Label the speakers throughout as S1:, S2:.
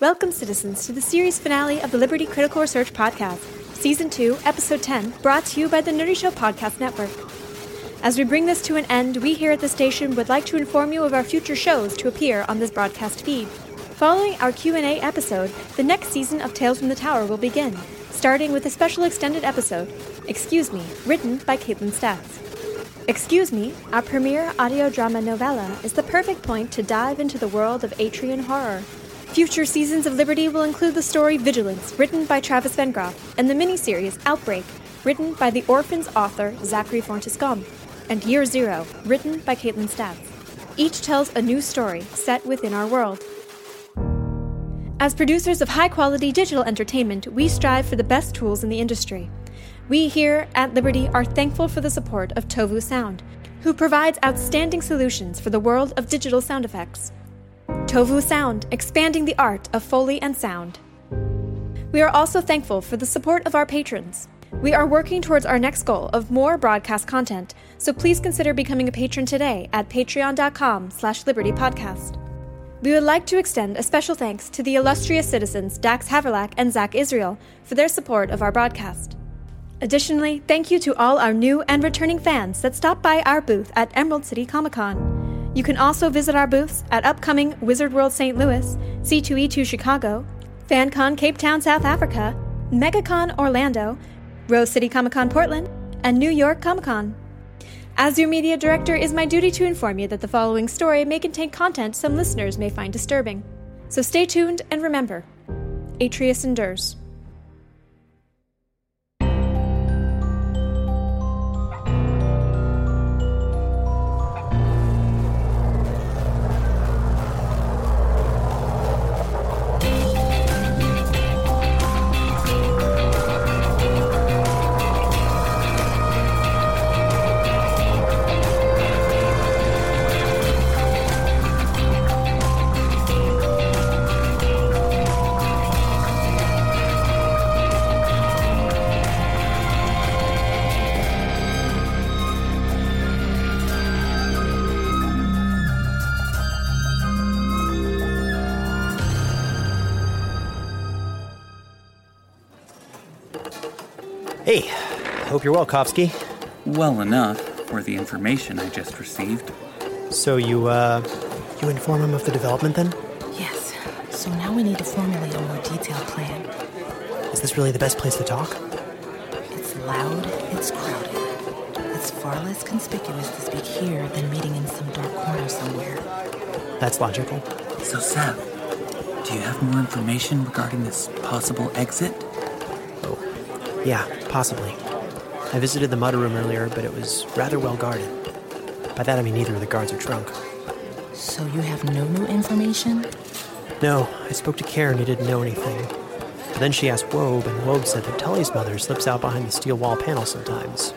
S1: Welcome, citizens, to the series finale of the Liberty Critical Research Podcast, Season 2, Episode 10, brought to you by the Nerdy Show Podcast Network. As we bring this to an end, we here at the station would like to inform you of our future shows to appear on this broadcast feed. Following our Q&A episode, the next season of Tales from the Tower will begin, starting with a special extended episode, Excuse Me, written by Caitlin Statz. Excuse Me, our premiere audio drama novella, is the perfect point to dive into the world of Atrian horror. Future seasons of Liberty will include the story Vigilance, written by Travis Van Groff, and the miniseries Outbreak, written by the Orphans author Zachary Fortescom, and Year Zero, written by Caitlin Statz. Each tells a new story set within our world. As producers of high quality digital entertainment, we strive for the best tools in the industry. We here at Liberty are thankful for the support of Tovu Sound, who provides outstanding solutions for the world of digital sound effects. Tovu Sound, expanding the art of Foley and sound. We are also thankful for the support of our patrons. We are working towards our next goal of more broadcast content, so please consider becoming a patron today at patreon.com slash libertypodcast. We would like to extend a special thanks to the illustrious citizens Dax Haverlack and Zach Israel for their support of our broadcast. Additionally, thank you to all our new and returning fans that stopped by our booth at Emerald City Comic Con. You can also visit our booths at upcoming Wizard World St. Louis, C2E2 Chicago, FanCon Cape Town, South Africa, MegaCon Orlando, Rose City Comic Con Portland, and New York Comic Con. As your media director, it is my duty to inform you that the following story may contain content some listeners may find disturbing. So stay tuned and remember Atreus endures.
S2: Hey, hope you're well, Kovsky.
S3: Well enough for the information I just received.
S2: So you, uh,
S4: You inform him of the development then?
S5: Yes. So now we need to formulate a more detailed plan.
S4: Is this really the best place to talk?
S5: It's loud, it's crowded. It's far less conspicuous to speak here than meeting in some dark corner somewhere.
S4: That's logical.
S3: So, Seth, do you have more information regarding this possible exit?
S4: Yeah, possibly. I visited the mud room earlier, but it was rather well guarded. By that I mean neither of the guards are drunk.
S5: So you have no new information?
S4: No, I spoke to Karen who didn't know anything. But then she asked Wobe, and Wobe said that Tully's mother slips out behind the steel wall panel sometimes.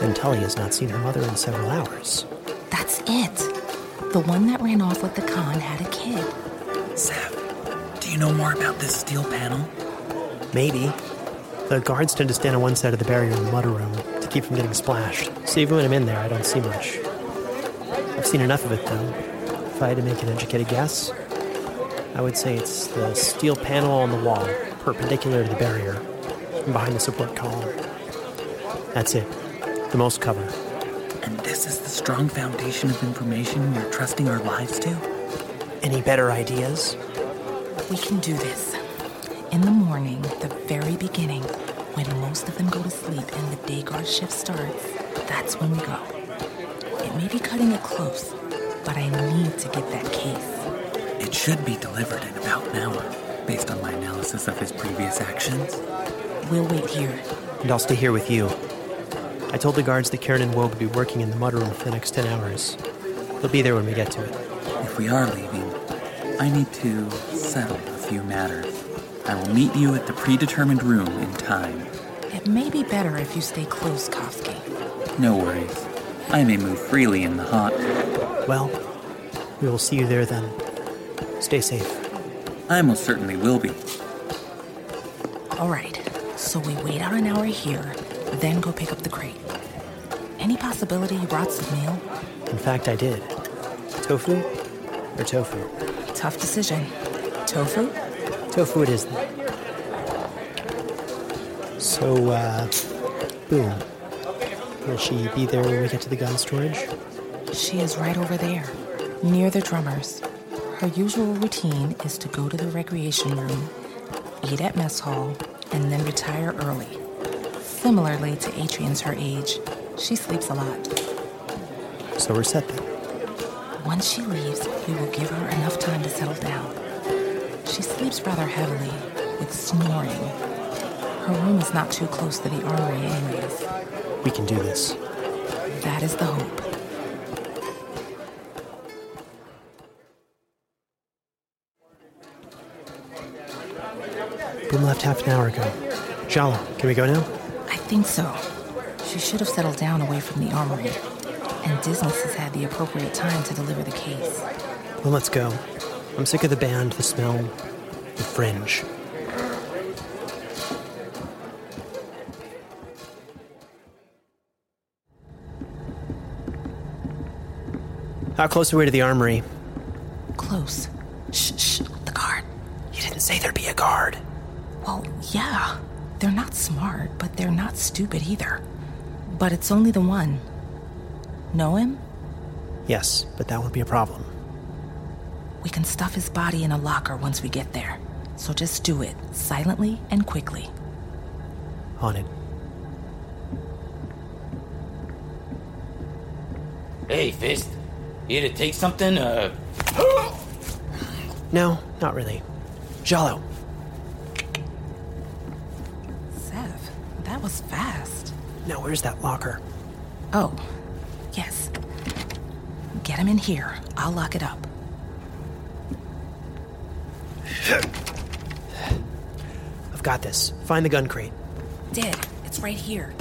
S4: And Tully has not seen her mother in several hours.
S5: That's it. The one that ran off with the con had a kid.
S3: Seth, do you know more about this steel panel?
S4: Maybe. The guards tend to stand on one side of the barrier in the mudder room to keep from getting splashed. So even when I'm in there, I don't see much. I've seen enough of it, though. If I had to make an educated guess, I would say it's the steel panel on the wall, perpendicular to the barrier, and behind the support column. That's it. The most cover.
S3: And this is the strong foundation of information you're trusting our lives to?
S4: Any better ideas?
S5: We can do this. In the morning, the very beginning, when most of them go to sleep and the day guard shift starts, that's when we go. It may be cutting it close, but I need to get that case.
S3: It should be delivered in about an hour, based on my analysis of his previous actions.
S5: We'll wait here.
S4: And I'll stay here with you. I told the guards that Karen and Woe would be working in the mudder room for the next 10 hours. They'll be there when we get to it.
S3: If we are leaving, I need to settle a few matters. I will meet you at the predetermined room in time.
S5: It may be better if you stay close, Kofsky.
S3: No worries. I may move freely in the hot.
S4: Well, we will see you there then. Stay safe.
S3: I most certainly will be.
S5: All right, so we wait out an hour here, then go pick up the crate. Any possibility you brought some meal?
S4: In fact, I did. Tofu or tofu?
S5: Tough decision. Tofu?
S4: Tofu it is. then. So, uh, boom. Will she be there when we get to the gun storage?
S5: She is right over there, near the drummers. Her usual routine is to go to the recreation room, eat at mess hall, and then retire early. Similarly to Adrian's her age, she sleeps a lot.
S4: So we're set then.
S5: Once she leaves, we will give her enough time to settle down. She sleeps rather heavily, with snoring. Her room is not too close to the armory, anyways.
S4: We can do this.
S5: That is the hope.
S4: Boom left half an hour ago. Jala, can we go now?
S5: I think so. She should have settled down away from the armory. And Dismas has had the appropriate time to deliver the case.
S4: Well, let's go. I'm sick of the band, the smell, the fringe. How close are we to the armory?
S5: Close. Shh, shh, the guard.
S4: You didn't say there'd be a guard.
S5: Well, yeah. They're not smart, but they're not stupid either. But it's only the one. Know him?
S4: Yes, but that won't be a problem.
S5: We can stuff his body in a locker once we get there. So just do it, silently and quickly.
S4: On it.
S6: Hey, Fist. You to take something? Uh,
S4: No, not really. Jalo,
S5: Seth, that was fast.
S4: now where's that locker?
S5: Oh, yes. Get him in here. I'll lock it up.
S4: I've got this. Find the gun crate.
S5: Did. It's right here.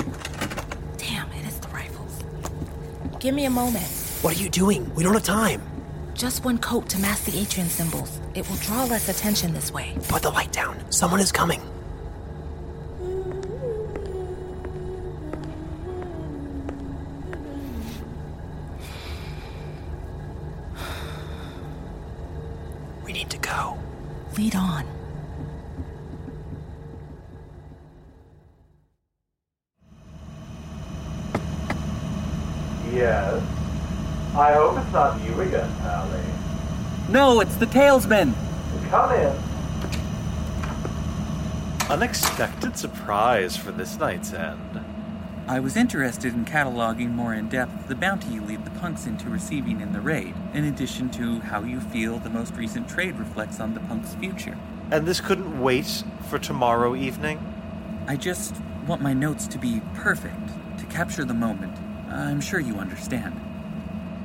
S5: Damn, it is the rifles. Give me a moment.
S4: What are you doing? We don't have time.
S5: Just one coat to mask the Atrian symbols. It will draw less attention this way.
S4: Put the light down. Someone is coming. We need to go.
S5: Lead on.
S7: Yes. I hope it's not you again, Allie.
S3: No, it's the Talesmen!
S7: Come in.
S8: Unexpected surprise for this night's end.
S3: I was interested in cataloging more in depth the bounty you lead the punks into receiving in the raid, in addition to how you feel the most recent trade reflects on the punks' future.
S8: And this couldn't wait for tomorrow evening?
S3: I just want my notes to be perfect, to capture the moment. I'm sure you understand.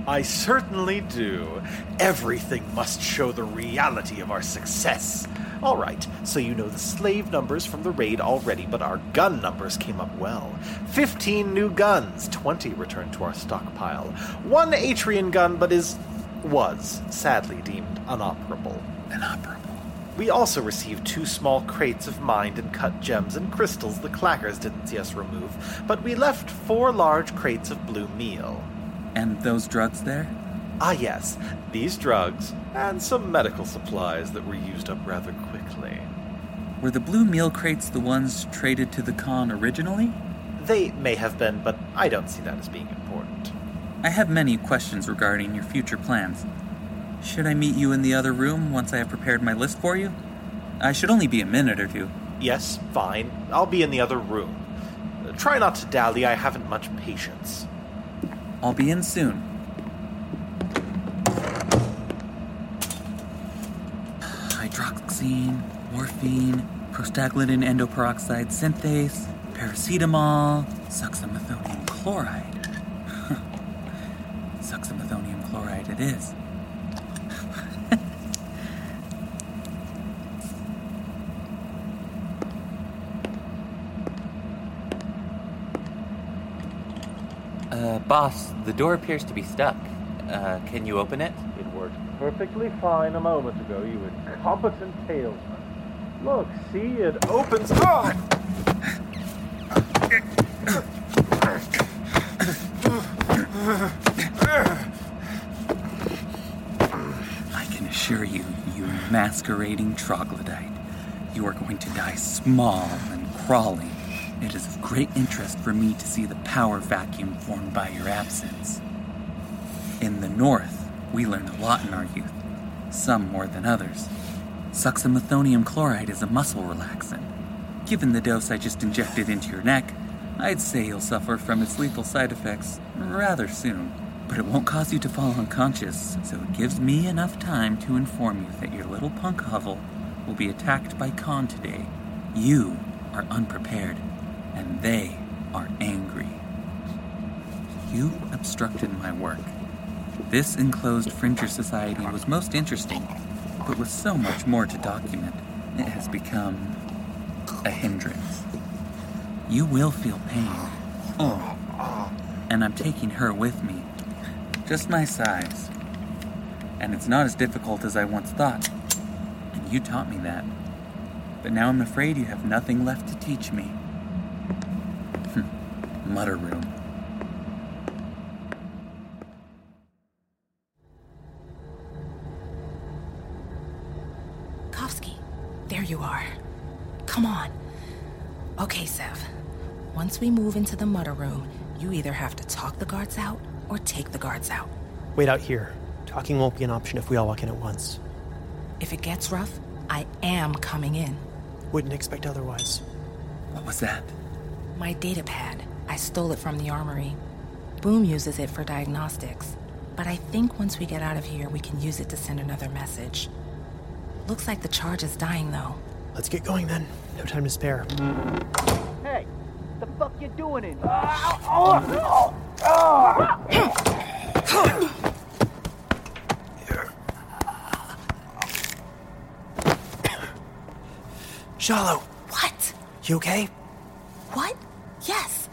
S8: I certainly do. Everything must show the reality of our success. All right, so you know the slave numbers from the raid already, but our gun numbers came up well. 15 new guns, 20 returned to our stockpile. One Atrian gun, but is. was sadly deemed unoperable.
S3: Inoperable.
S8: We also received two small crates of mined and cut gems and crystals the clackers didn't see us remove, but we left four large crates of blue meal.
S3: And those drugs there?
S8: Ah, yes, these drugs and some medical supplies that were used up rather quickly.
S3: Were the blue meal crates the ones traded to the Khan originally?
S8: They may have been, but I don't see that as being important.
S3: I have many questions regarding your future plans. Should I meet you in the other room once I have prepared my list for you? I should only be a minute or two.
S8: Yes, fine, I'll be in the other room. Uh, Try not to dally, I haven't much patience.
S3: I'll be in soon. Hydroxine, morphine, prostaglandin endoperoxide synthase, paracetamol, succinylmethonium chloride. succinylmethonium chloride it is.
S9: Uh, boss, the door appears to be stuck. Uh, can you open it?
S7: It worked perfectly fine a moment ago, you incompetent talesman. Look, see, it opens. Ah!
S3: I can assure you, you masquerading troglodyte, You are going to die small and crawling. It is of great interest for me to see the power vacuum formed by your absence. In the North, we learned a lot in our youth, some more than others. Succinylmethonium chloride is a muscle relaxant. Given the dose I just injected into your neck, I'd say you'll suffer from its lethal side effects rather soon. But it won't cause you to fall unconscious, so it gives me enough time to inform you that your little punk hovel will be attacked by Khan today. You are unprepared, and they are angry. You obstructed my work. This enclosed Fringer Society was most interesting, but with so much more to document, it has become a hindrance. You will feel pain. Oh. And I'm taking her with me. Just my size. And it's not as difficult as I once thought. And you taught me that. But now I'm afraid you have nothing left to teach me. Hmm. Mutter room.
S5: Kofsky, there you are. Come on. Okay, Sev. Once we move into the mutter room, you either have to talk the guards out or take the guards out.
S4: Wait out here. Talking won't be an option if we all walk in at once.
S5: If it gets rough, I am coming in.
S4: Wouldn't expect otherwise.
S3: What was that?
S5: My data pad. I stole it from the armory. Boom uses it for diagnostics, but I think once we get out of here, we can use it to send another message. Looks like the charge is dying, though.
S4: Let's get going then. No time to spare.
S10: Hey, the fuck you doing in?
S4: Shallow,
S5: What?
S4: you okay?
S5: What? Yes,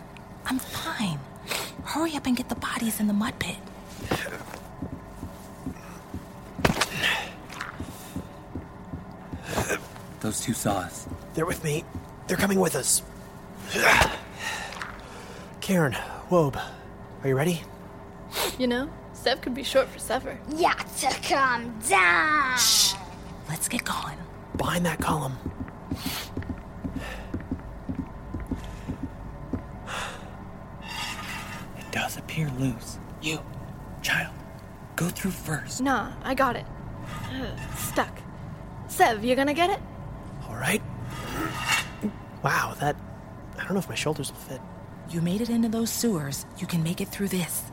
S5: I'm fine. Hurry up and get the bodies in the mud pit.
S3: Those two saw us.
S4: They're with me. They're coming with us. Karen, Wobe, are you ready?
S11: You know, Sev could be short for Sever.
S12: You got to come down.
S5: Shh. Let's get going.
S4: Behind that column.
S3: It does appear loose. You, child, go through first.
S11: Nah, I got it. Ugh, stuck. Sev, you gonna get it?
S4: All right. Wow, that. I don't know if my shoulders will fit.
S5: You made it into those sewers. You can make it through this.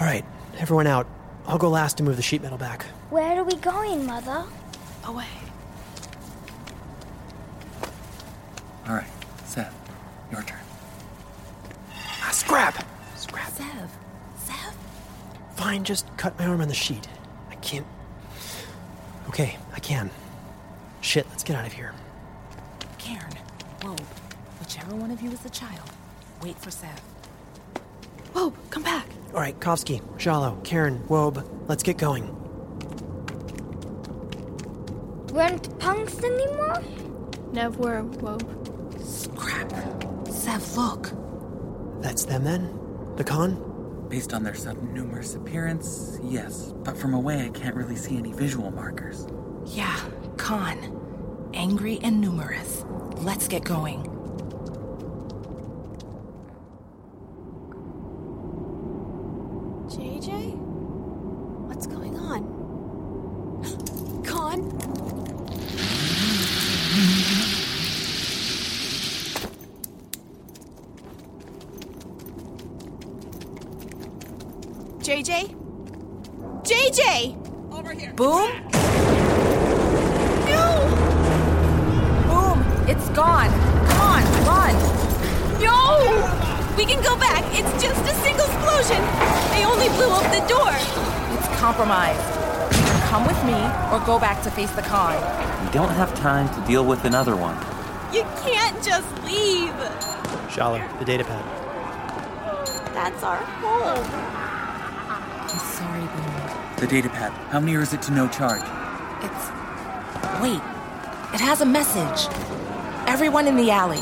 S4: All right, everyone out. I'll go last to move the sheet metal back.
S12: Where are we going, Mother?
S11: Away.
S3: All right, Seth, your turn.
S4: Ah, scrap! Scrap.
S5: Sev. Sev?
S4: Fine, just cut my arm on the sheet. I can't. Okay, I can. Shit, let's get out of here.
S5: Cairn. Wobe. Whichever one of you is the child. Wait for Sev.
S11: Whoa, come back.
S4: All right, Kovsky, Shallow, Karen, Wobe, let's get going.
S12: We aren't punks anymore?
S11: Nev, were whoa.
S5: Crap. Sev, look.
S4: That's them then? The con?
S3: Based on their sudden numerous appearance, yes, but from away I can't really see any visual markers.
S5: Yeah, Khan. Angry and numerous. Let's get going.
S11: JJ? What's going on? Con? JJ? JJ!
S5: Boom?
S11: No!
S5: Boom! It's gone. Come on, run!
S11: No! We can go back. It's just a single explosion. They only blew up the door.
S5: It's compromised. Either come with me or go back to face the Khan.
S9: We don't have time to deal with another one.
S11: You can't just leave.
S4: Shallow, the data pad.
S11: That's our home.
S5: I'm sorry, Boom.
S3: The data pad, how near is it to no charge?
S5: It's. Wait. It has a message. Everyone in the alley.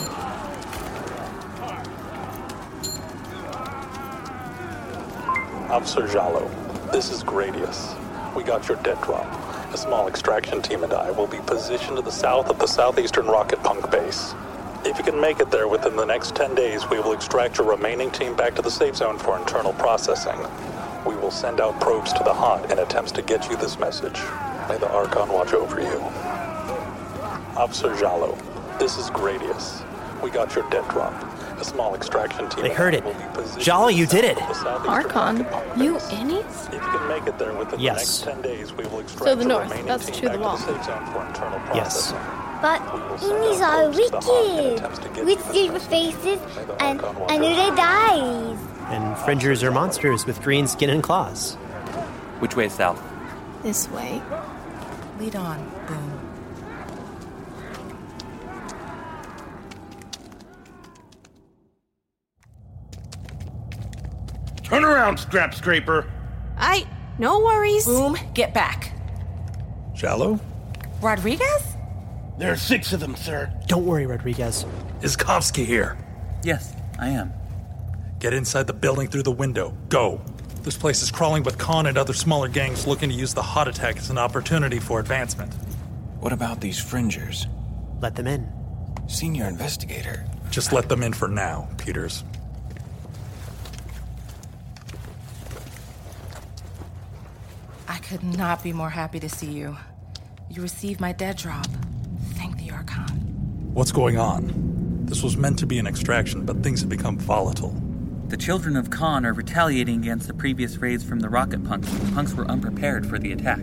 S13: Officer Jalo, this is Gradius. We got your dead drop.
S14: A small extraction team and I will be positioned to the south of the southeastern rocket punk base. If you can make it there within the next 10 days, we will extract your remaining team back to the safe zone for internal processing. We will send out probes to the haunt in attempts to get you this message. May the Archon watch over you. Officer Jalo, this is Gradius. We got your dead drop. A small extraction team.
S15: They
S14: and
S15: heard
S14: I
S15: it.
S14: will be positioned
S15: Jolly, you did it.
S14: to the southeastern
S16: Archon, you in it?
S14: If you can make it there within
S15: Yes.
S14: the next 10 days, we will extract
S16: So the
S14: your
S16: north,
S14: remaining
S16: that's
S14: team
S16: to the
S14: back
S16: wall.
S14: to the safe zone for internal
S15: Yes.
S14: processing.
S11: But Unis are wicked with silver faces and a new day dies.
S4: And fringers are monsters with green skin and claws.
S17: Which way is south?
S16: This way.
S5: Lead on, boom.
S18: Turn around, Strap Scraper.
S5: I. No worries. Boom, get back.
S18: Shallow?
S5: Rodriguez?
S18: There are six of them, sir.
S4: Don't worry, Rodriguez.
S14: Is Kovsky here?
S3: Yes, I am.
S14: Get inside the building through the window. Go. This place is crawling with Khan and other smaller gangs looking to use the hot attack as an opportunity for advancement.
S19: What about these fringers?
S4: Let them in.
S19: Senior investigator.
S14: Just let them in for now, Peters.
S5: I could not be more happy to see you. You received my dead drop. Thank the Archon.
S14: What's going on? This was meant to be an extraction, but things have become volatile.
S3: The children of Khan are retaliating against the previous raids from the rocket punks. The punks were unprepared for the attack.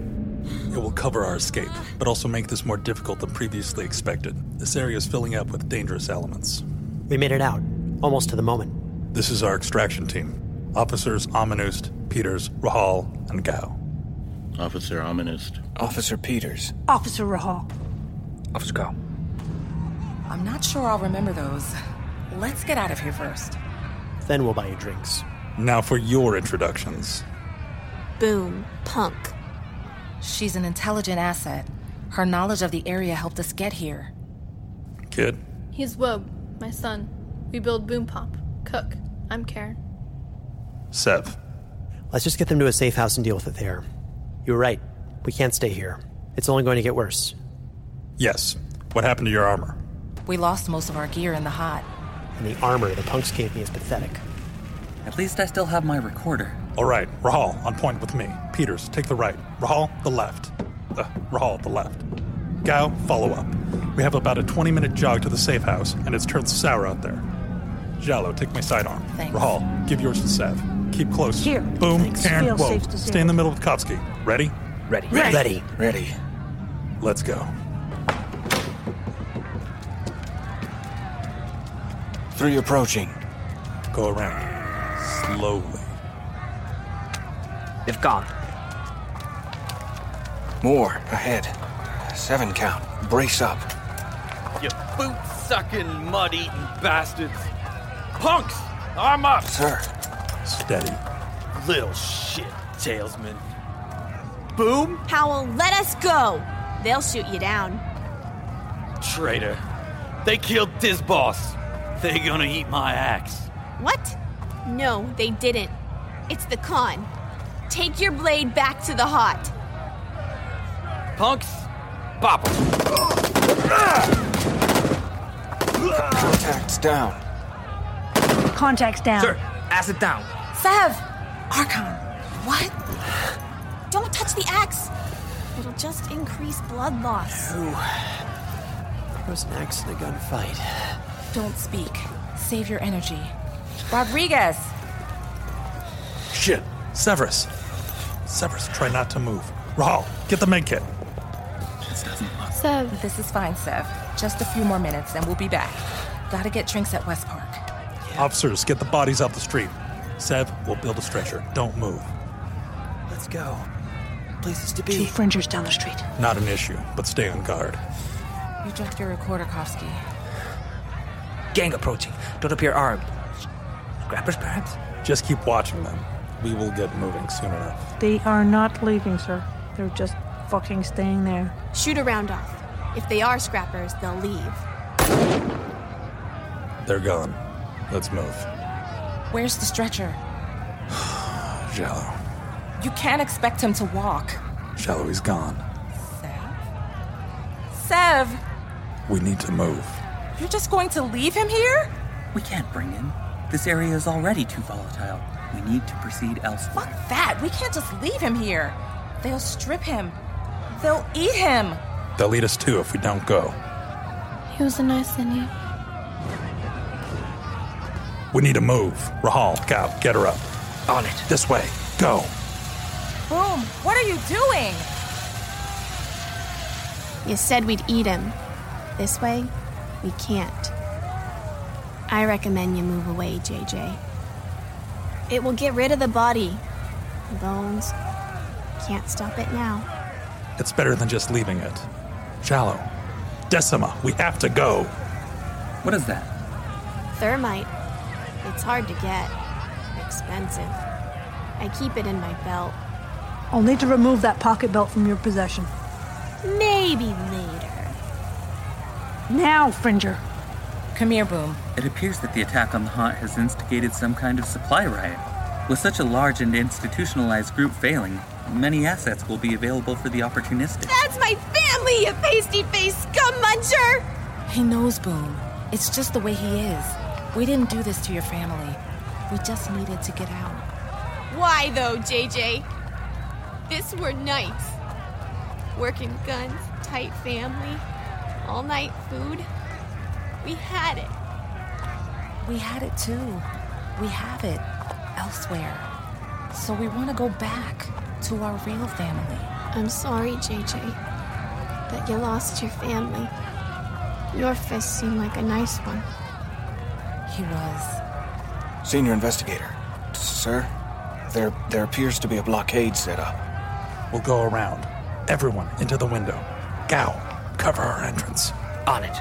S14: It will cover our escape, but also make this more difficult than previously expected. This area is filling up with dangerous elements.
S4: We made it out, almost to the moment.
S14: This is our extraction team Officers Ominust, Peters, Rahal, and Gao.
S18: Officer Ominist.
S19: Officer Peters.
S5: Officer Rahal.
S19: Officer Go.
S5: I'm not sure I'll remember those. Let's get out of here first.
S4: Then we'll buy you drinks.
S14: Now for your introductions.
S5: Boom, punk. She's an intelligent asset. Her knowledge of the area helped us get here.
S14: Kid,
S16: He's Wob, my son. We build boom pop. Cook. I'm Karen.
S14: Sev.
S4: Let's just get them to a safe house and deal with it there. You were right. We can't stay here. It's only going to get worse.
S14: Yes. What happened to your armor?
S5: We lost most of our gear in the hot.
S4: And the armor the punks gave me is pathetic.
S3: At least I still have my recorder.
S14: All right, Rahal, on point with me. Peters, take the right. Rahal, the left. Uh, Rahal, the left. Gao, follow up. We have about a 20 minute jog to the safe house, and it's turned sour out there. Jalo, take my sidearm.
S5: Thanks.
S14: Rahal, give yours to Sev. Keep close. Here. Boom,
S5: Thanks.
S14: Karen,
S5: Feel
S14: whoa.
S5: safe to
S14: Stay
S5: say.
S14: in the middle with Kovsky. Ready?
S19: Ready.
S5: Ready.
S19: Ready. Ready.
S14: Let's go.
S19: Three approaching.
S14: Go around. Slowly.
S19: They've gone. More ahead. Seven count. Brace up.
S8: You boot sucking, mud eating bastards. Punks! Arm up!
S19: Sir.
S14: Steady.
S8: Little shit, Tailsman. Boom!
S1: Howell, let us go! They'll shoot you down.
S8: Traitor. They killed this boss. They gonna eat my axe.
S1: What? No, they didn't. It's the con. Take your blade back to the hot.
S8: Punks, bop 'em.
S19: Contacts down.
S20: Contacts down.
S19: Sir.
S8: Acid down.
S5: Sev! Archon!
S1: What? Don't touch the axe! It'll just increase blood loss.
S4: There was an axe in a gunfight.
S5: Don't speak. Save your energy. Rodriguez!
S14: Shit. Severus. Severus, try not to move. Rahal, get the med kit.
S5: Sev. This is fine, Sev. Just a few more minutes and we'll be back. Gotta get drinks at West Park.
S14: Officers, get the bodies off the street. Sev, we'll build a stretcher. Don't move.
S4: Let's go.
S19: Places to
S20: Two fringers down the street.
S14: Not an issue, but stay on guard.
S5: You dropped your recorder, Kofsky.
S20: Gang approaching. Don't appear armed. Grappers, perhaps?
S14: Just keep watching them. We will get moving soon enough.
S20: They are not leaving, sir. They're just fucking staying there.
S1: Shoot a round off. If they are scrappers, they'll leave.
S14: They're gone. Let's move.
S5: Where's the stretcher?
S14: Shallow.
S5: You can't expect him to walk.
S14: Shallow, he's gone.
S5: Sev,
S3: We need to move.
S5: you're just going to leave him here?
S3: We can't bring him. This area is already too volatile. We need to proceed elsewhere.
S5: That, we can't just leave him here. They'll strip him. They'll eat him.
S14: They'll lead us too if we don't go.
S21: He was a nice Indian.
S14: We need to move. Rahal, Gal, get her up. On it. This way. Go.
S5: Boom, what are you doing?
S22: You said we'd eat him. This way, we can't. I recommend you move away, JJ. It will get rid of the body. The bones. Can't stop it now.
S14: It's better than just leaving it. Shallow. Decima, we have to go.
S3: What is that?
S22: Thermite. It's hard to get. Expensive. I keep it in my belt.
S23: I'll need to remove that pocket belt from your possession.
S22: Maybe later.
S23: Now, Fringer.
S5: Come here, Boom.
S3: It appears that the attack on the haunt has instigated some kind of supply riot. With such a large and institutionalized group failing, many assets will be available for the opportunistic.
S11: That's my family, you pasty faced scum muncher!
S5: He knows Boom. It's just the way he is. We didn't do this to your family. We just needed to get out.
S11: Why though, JJ? This were nights. Working guns, tight family, all night food. We had it.
S5: We had it too. We have it elsewhere. So we want to go back to our real family.
S22: I'm sorry, JJ, but you lost your family. Your fist seemed like a nice one.
S5: He was.
S24: Senior investigator. Sir, there there appears to be a blockade set up.
S14: We'll go around. Everyone into the window. Gao, cover our entrance. On it.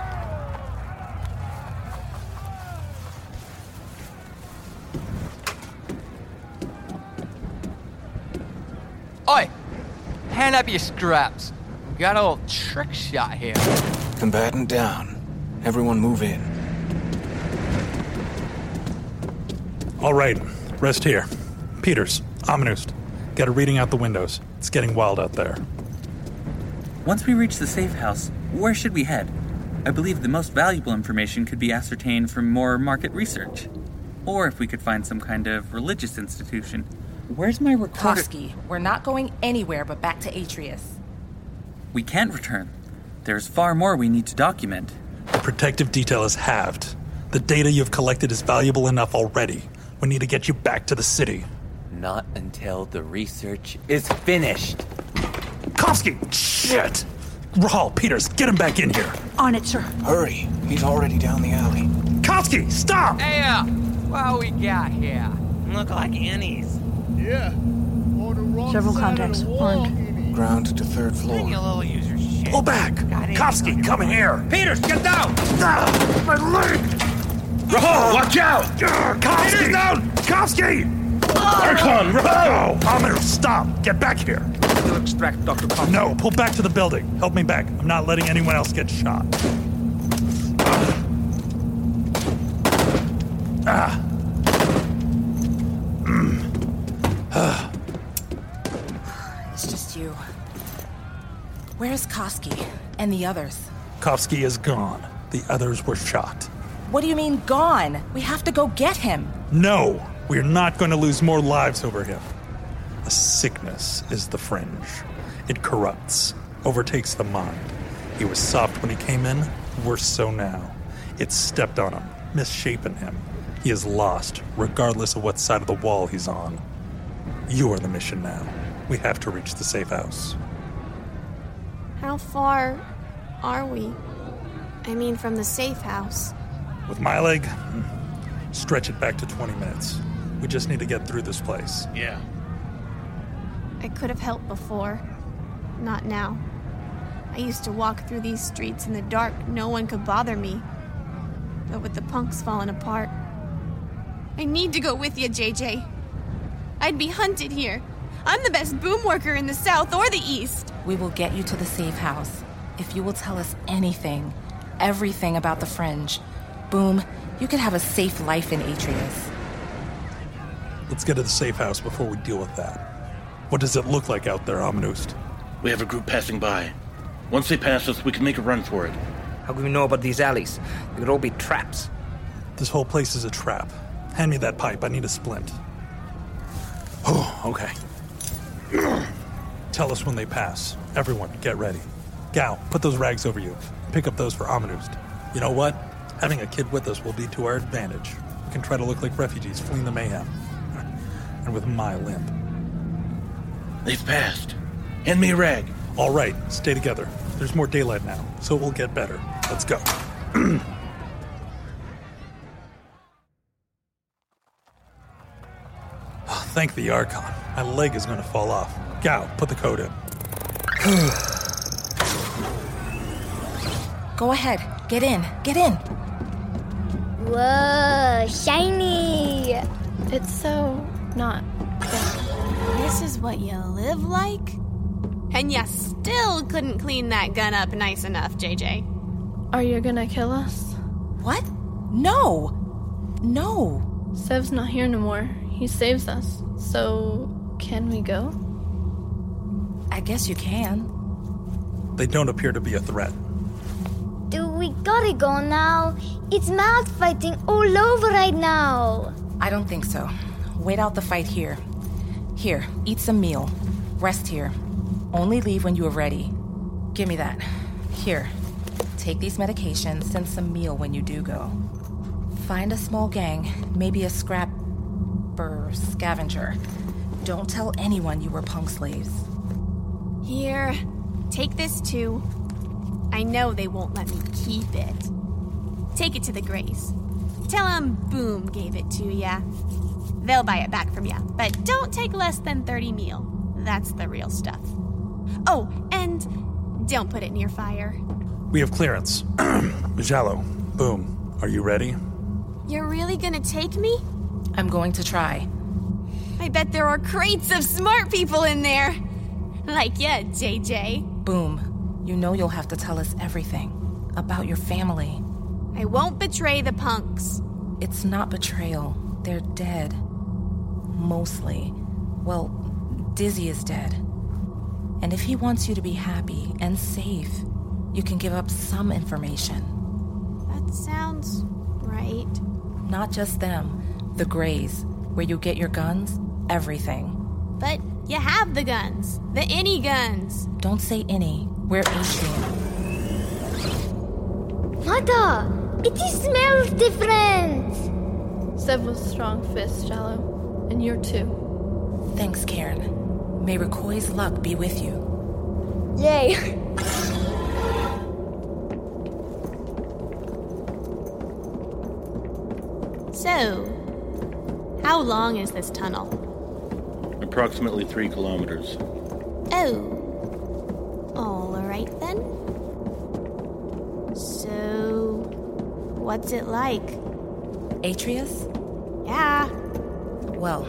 S25: Oi! Hand up your scraps. We got a little trick shot here.
S24: Combatant down. Everyone move in.
S14: All right, rest here. Peters, Ominust, get a reading out the windows. It's getting wild out there.
S3: Once we reach the safe house, where should we head? I believe the most valuable information could be ascertained from more market research. Or if we could find some kind of religious institution. Where's my recorder?
S5: Koski, we're not going anywhere but back to Atreus.
S3: We can't return. There's far more we need to document.
S14: The protective detail is halved. The data you've collected is valuable enough already. We need to get you back to the city.
S9: Not until the research is finished.
S14: Kofsky! Shit! Rahal, Peters, get him back in here.
S23: On it, sir.
S24: Hurry. He's already down the alley.
S14: Kofsky, stop!
S25: Hey, uh, what we got here? Look like Annie's. Yeah.
S23: Several contacts. Armed.
S24: Ground to third floor.
S14: Pull back! Kofsky, come here! Peters, get down! my leg! Ah. Rahal, watch out! Kofsky! Peters, down! Ah. Kofsky! Erkon, Rahal! Ominous, Oh, stop! Get back here! extract Dr. Kofsky. No, pull back to the building. Help me back. I'm not letting anyone else get shot. Ah.
S5: It's just you. Where's Koski and the others?
S14: Kofsky is gone. The others were shot.
S5: What do you mean gone? We have to go get him.
S14: No, we're not going to lose more lives over him. A sickness is the fringe. It corrupts, overtakes the mind. He was soft when he came in, worse so now. It stepped on him, misshapen him. He is lost, regardless of what side of the wall he's on. You are the mission now. We have to reach the safe house.
S22: How far are we? I mean, from the safe house.
S14: With my leg, hmm, stretch it back to 20 minutes. We just need to get through this place. Yeah.
S22: I could have helped before. Not now. I used to walk through these streets in the dark, no one could bother me. But with the punks falling apart,
S11: I need to go with you, JJ. I'd be hunted here. I'm the best boom worker in the South or the East.
S5: We will get you to the safe house if you will tell us anything, everything about the fringe. Boom, you could have a safe life in Atreus.
S14: Let's get to the safe house before we deal with that. What does it look like out there, Ominust?
S26: We have a group passing by. Once they pass us, we can make a run for it.
S27: How can we know about these alleys? They could all be traps.
S14: This whole place is a trap. Hand me that pipe. I need a splint. Oh, okay. Tell us when they pass. Everyone, get ready. Gao, put those rags over you. Pick up those for Amanust. You know what? Having a kid with us will be to our advantage. We can try to look like refugees fleeing the mayhem. And with my limp.
S26: They've passed.
S14: Hand me a rag. All right, stay together. There's more daylight now, so it will get better. Let's go. Oh, Thank the Archon. My leg is going to fall off. Gao, put the code in.
S5: Go ahead. Get in. Get in.
S12: Whoa, shiny!
S22: It's so not. This is what you live like?
S11: And you still couldn't clean that gun up nice enough, JJ.
S21: Are you gonna kill us?
S5: What? No! No!
S21: Sev's not here no more. He saves us. So, can we go?
S5: I guess you can.
S14: They don't appear to be a threat.
S12: Do we gotta go now? It's mouth fighting all over right now.
S5: I don't think so. Wait out the fight here. Here, eat some meal. Rest here. Only leave when you are ready. Give me that. Here. Take these medications and some meal when you do go. Find a small gang, maybe a scrapper scavenger. Don't tell anyone you were punk slaves.
S11: Here, take this too. I know they won't let me keep it. Take it to the Grays. Tell 'em Boom gave it to ya. They'll buy it back from ya, but don't take less than 30 meal. That's the real stuff. Oh, and don't put it near fire.
S14: We have clearance. Jalo, boom. Are you ready?
S11: You're really gonna take me?
S5: I'm going to try.
S11: I bet there are crates of smart people in there. Like yeah, JJ.
S5: Boom. You know you'll have to tell us everything about your family.
S11: I won't betray the punks.
S5: It's not betrayal. They're dead. Mostly. Well, Dizzy is dead. And if he wants you to be happy and safe, you can give up some information.
S11: That sounds right.
S5: Not just them, the Greys, where you get your guns, everything.
S11: But you have the guns, the any guns.
S5: Don't say any. We're Adrian.
S12: Mother, it smells different.
S21: Sev was strong fist, Shallow. And you're too.
S5: Thanks, Karen. May Recoy's luck be with you.
S12: Yay.
S11: So, how long is this tunnel?
S26: Approximately three kilometers.
S11: Oh. All right then. So, what's it like?
S5: Atreus?
S11: Yeah,
S5: Well,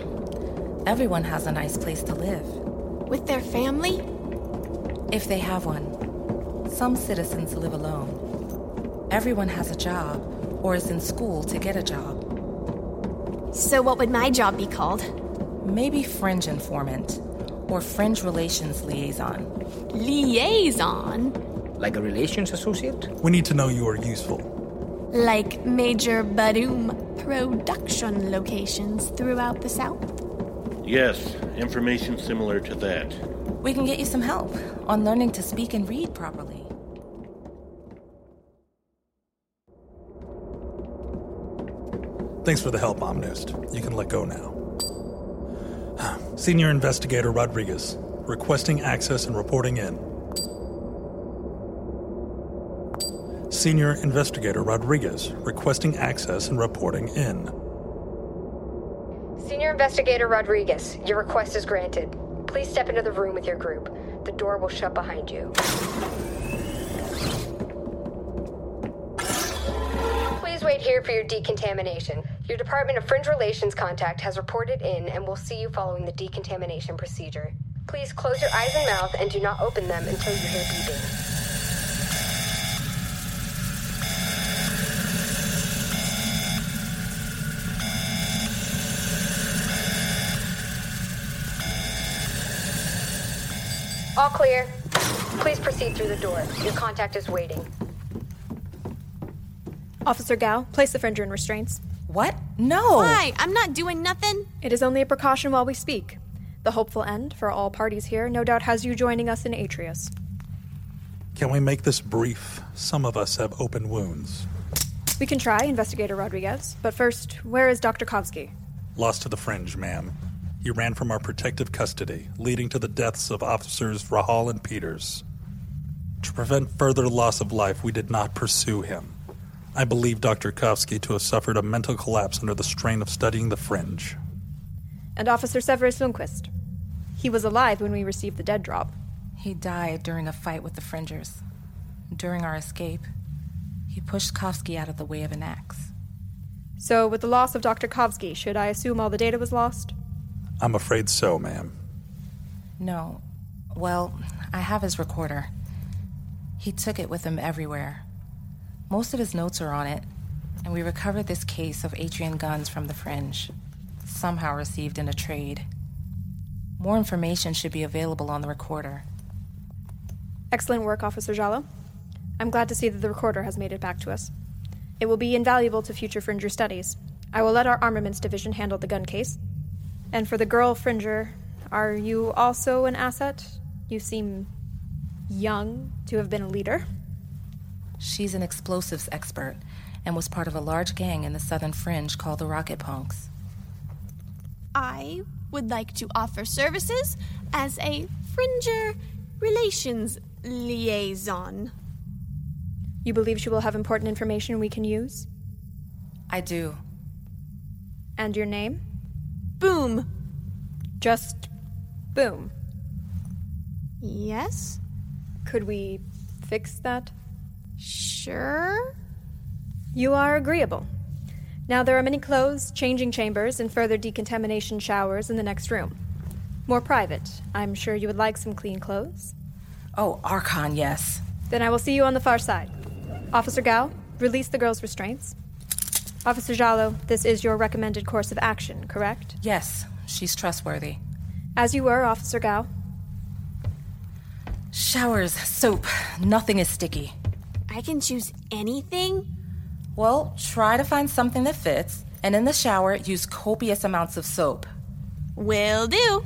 S5: everyone has a nice place to live.
S11: With their family?
S5: If they have one. Some citizens live alone. Everyone has a job or is in school to get a job.
S11: So, what would my job be called?
S5: Maybe fringe informant or fringe relations liaison.
S11: Liaison?
S5: Like a relations associate?
S14: We need to know you are useful.
S11: Like Major Badoom production locations throughout the South?
S26: Yes, information similar to that.
S5: We can get you some help on learning to speak and read properly.
S14: Thanks for the help, Omnist. You can let go now. Senior Investigator Rodriguez, requesting access and reporting in. Senior Investigator Rodriguez, requesting access and reporting in.
S28: Senior Investigator Rodriguez, your request is granted. Please step into the room with your group. The door will shut behind you. Please wait here for your decontamination. Your Department of Fringe Relations contact has reported in and will see you following the decontamination procedure. Please close your eyes and mouth and do not open them until you hear beeping. All clear. Please Please proceed through the door. Your contact is waiting.
S1: Officer Gao, place the fringer in restraints.
S5: What? No!
S22: Why? I'm not doing nothing.
S1: It is only a precaution while we speak. The hopeful end for all parties here no doubt has you joining us in Atreus.
S14: Can we make this brief? Some of us have open wounds.
S1: We can try, Investigator Rodriguez, but first, where is Dr. Kovsky?
S14: Lost to the fringe, ma'am. You ran from our protective custody, leading to the deaths of officers Rahal and Peters. To prevent further loss of life, we did not pursue him. I believe Dr. Kovsky to have suffered a mental collapse under the strain of studying the fringe.
S1: And Officer Severus Lundquist. He was alive when we received the dead drop.
S5: He died during a fight with the Fringers. During our escape, he pushed Kovsky out of the way of an axe.
S1: So, with the loss of Dr. Kovsky, should I assume all the data was lost?
S14: I'm afraid so, ma'am.
S5: No. Well, I have his recorder. He took it with him everywhere. Most of his notes are on it, and we recovered this case of Atrian guns from the Fringe, somehow received in a trade. More information should be available on the recorder.
S1: Excellent work, Officer Jallo. I'm glad to see that the recorder has made it back to us. It will be invaluable to future Fringer studies. I will let our armaments division handle the gun case. And for the girl Fringer, are you also an asset? You seem young to have been a leader.
S5: She's an explosives expert and was part of a large gang in the southern fringe called the Rocket Punks.
S11: I would like to offer services as a Fringer Relations Liaison.
S1: You believe she will have important information we can use?
S5: I do.
S1: And your name?
S11: Boom.
S1: Just boom.
S11: Yes?
S1: Could we fix that?
S11: Sure.
S1: You are agreeable. Now, there are many clothes, changing chambers, and further decontamination showers in the next room. More private. I'm sure you would like some clean clothes.
S5: Oh, Archon, yes.
S1: Then I will see you on the far side. Officer Gao, release the girl's restraints. Officer Jallo, this is your recommended course of action, correct?
S5: Yes, she's trustworthy.
S1: As you were, Officer Gao.
S5: Showers, soap, nothing is sticky.
S11: I can choose anything?
S5: Well, try to find something that fits, and in the shower, use copious amounts of soap.
S11: Will do.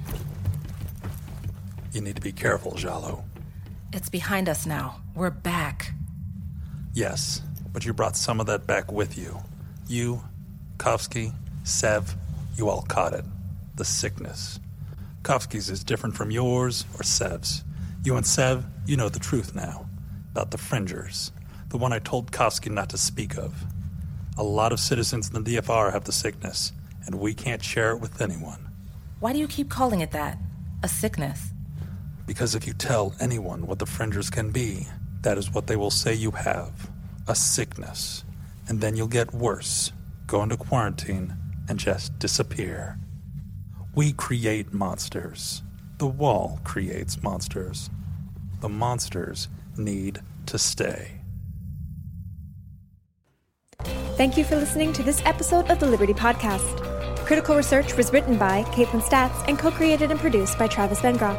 S14: You need to be careful, Jalo.
S5: It's behind us now. We're back.
S14: Yes, but you brought some of that back with you. You, Kovsky, Sev, you all caught it. The sickness. Kovsky's is different from yours or Sev's. You and Sev, you know the truth now about the fringers, the one I told Kovsky not to speak of. A lot of citizens in the DFR have the sickness, and we can't share it with anyone.
S5: Why do you keep calling it that? A sickness?
S14: Because if you tell anyone what the fringers can be, that is what they will say you have a sickness. And then you'll get worse, go into quarantine, and just disappear. We create monsters. The wall creates monsters. The monsters need to stay.
S1: Thank you for listening to this episode of the Liberty Podcast. Critical Research was written by Caitlin Statz and co created and produced by Travis Vengroff.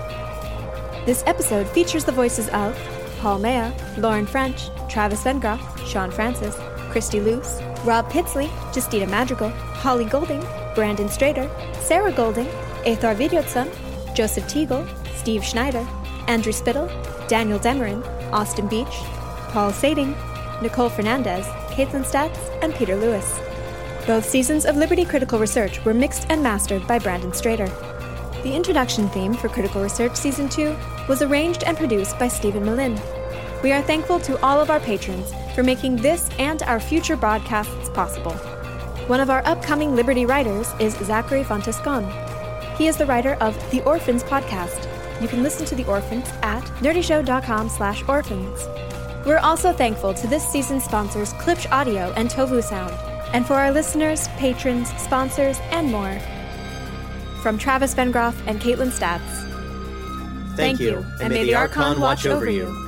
S1: This episode features the voices of Paul Maya, Lauren French, Travis Vengroff, Sean Francis, Christy Luce, Rob Pitsley, Justita Madrigal, Holly Golding, Brandon Strader, Sarah Golding, Athor Videotson, Joseph Teagle, Steve Schneider, Andrew Spittle, Daniel Demerin, Austin Beach, Paul Sading, Nicole Fernandez, Caitlin Statz, and Peter Lewis. Both seasons of Liberty Critical Research were mixed and mastered by Brandon Strader. The introduction theme for Critical Research Season 2 was arranged and produced by Stephen Malin. We are thankful to all of our patrons for making this and our future broadcasts possible. One of our upcoming Liberty writers is Zachary Fontescon. He is the writer of The Orphans podcast. You can listen to The Orphans at nerdyshow.com slash orphans. We're also thankful to this season's sponsors Klipsch Audio and Tovu Sound, and for our listeners, patrons, sponsors, and more. From Travis Bengroff and Caitlin Statz.
S28: Thank you, and may the Archon watch over you.